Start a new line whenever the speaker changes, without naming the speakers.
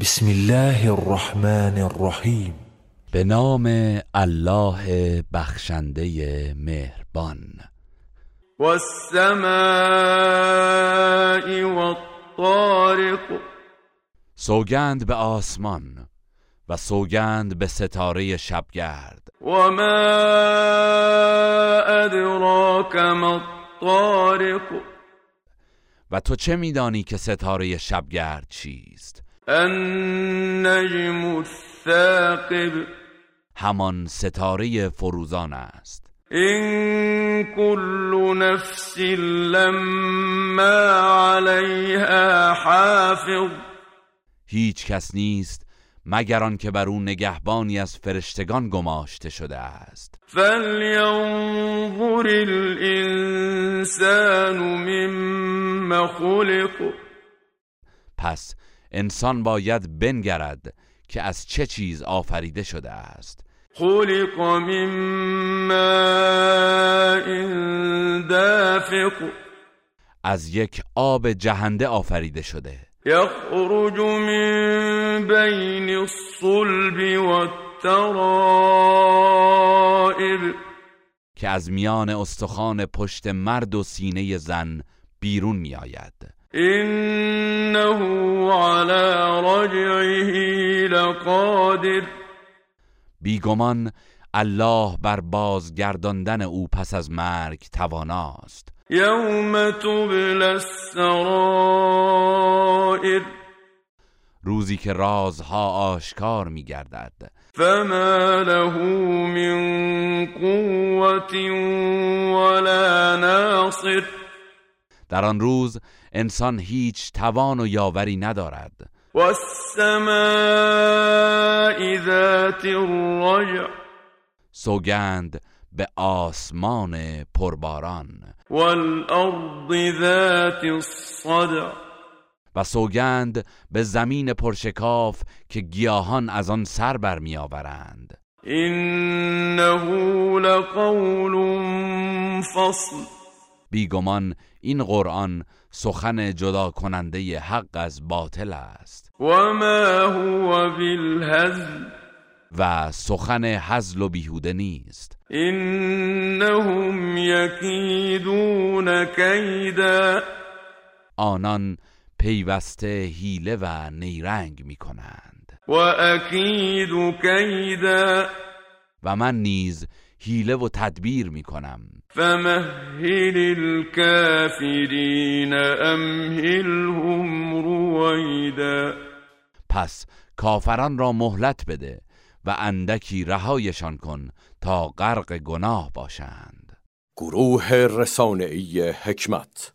بسم الله الرحمن الرحیم
به نام الله بخشنده مهربان
والسماء والطارق
سوگند به آسمان و سوگند به ستاره شبگرد
وما أدراك ما الطارق
و تو چه میدانی که ستاره شبگرد چیست
النجم الثاقب
همان ستاره فروزان است
إن كل نفس لما عليها حافظ
هیچ کس نیست مگر آنکه بر او نگهبانی از فرشتگان گماشته شده است
فلينظر الإنسان مما خلق
پس انسان باید بنگرد که از چه چیز آفریده شده است
خلق من ماء دافق
از یک آب جهنده آفریده شده
يخرج من بين الصلب والترائب
که از میان استخوان پشت مرد و سینه زن بیرون میآید
إنه على رجعه لقادر
بیگمان الله بر بازگرداندن او پس از مرگ تواناست
يوم تبلى السرائر
روزی که رازها آشکار می گردد
فما له من قوة ولا ناصر
در آن روز انسان هیچ توان و یاوری ندارد
والسماء ذات الرجع
سوگند به آسمان پرباران
والأرض ذات الصدع
و سوگند به زمین پرشکاف که گیاهان از آن سر برمیآورند
إنه لقول فصل
بیگمان این قرآن سخن جدا کننده حق از باطل است
وما هو بالهزل
و سخن هزل و بیهوده نیست
إنهم يكيدون كيدا
آنان پیوسته هیله و نیرنگ می کنند
وأكيد كيدا
و من نیز هیله و تدبیر می کنم
فمهل الكافرين أمهلهم رويدا
پس کافران را مهلت بده و اندکی رهایشان کن تا غرق گناه باشند
گروه رسانه‌ای حکمت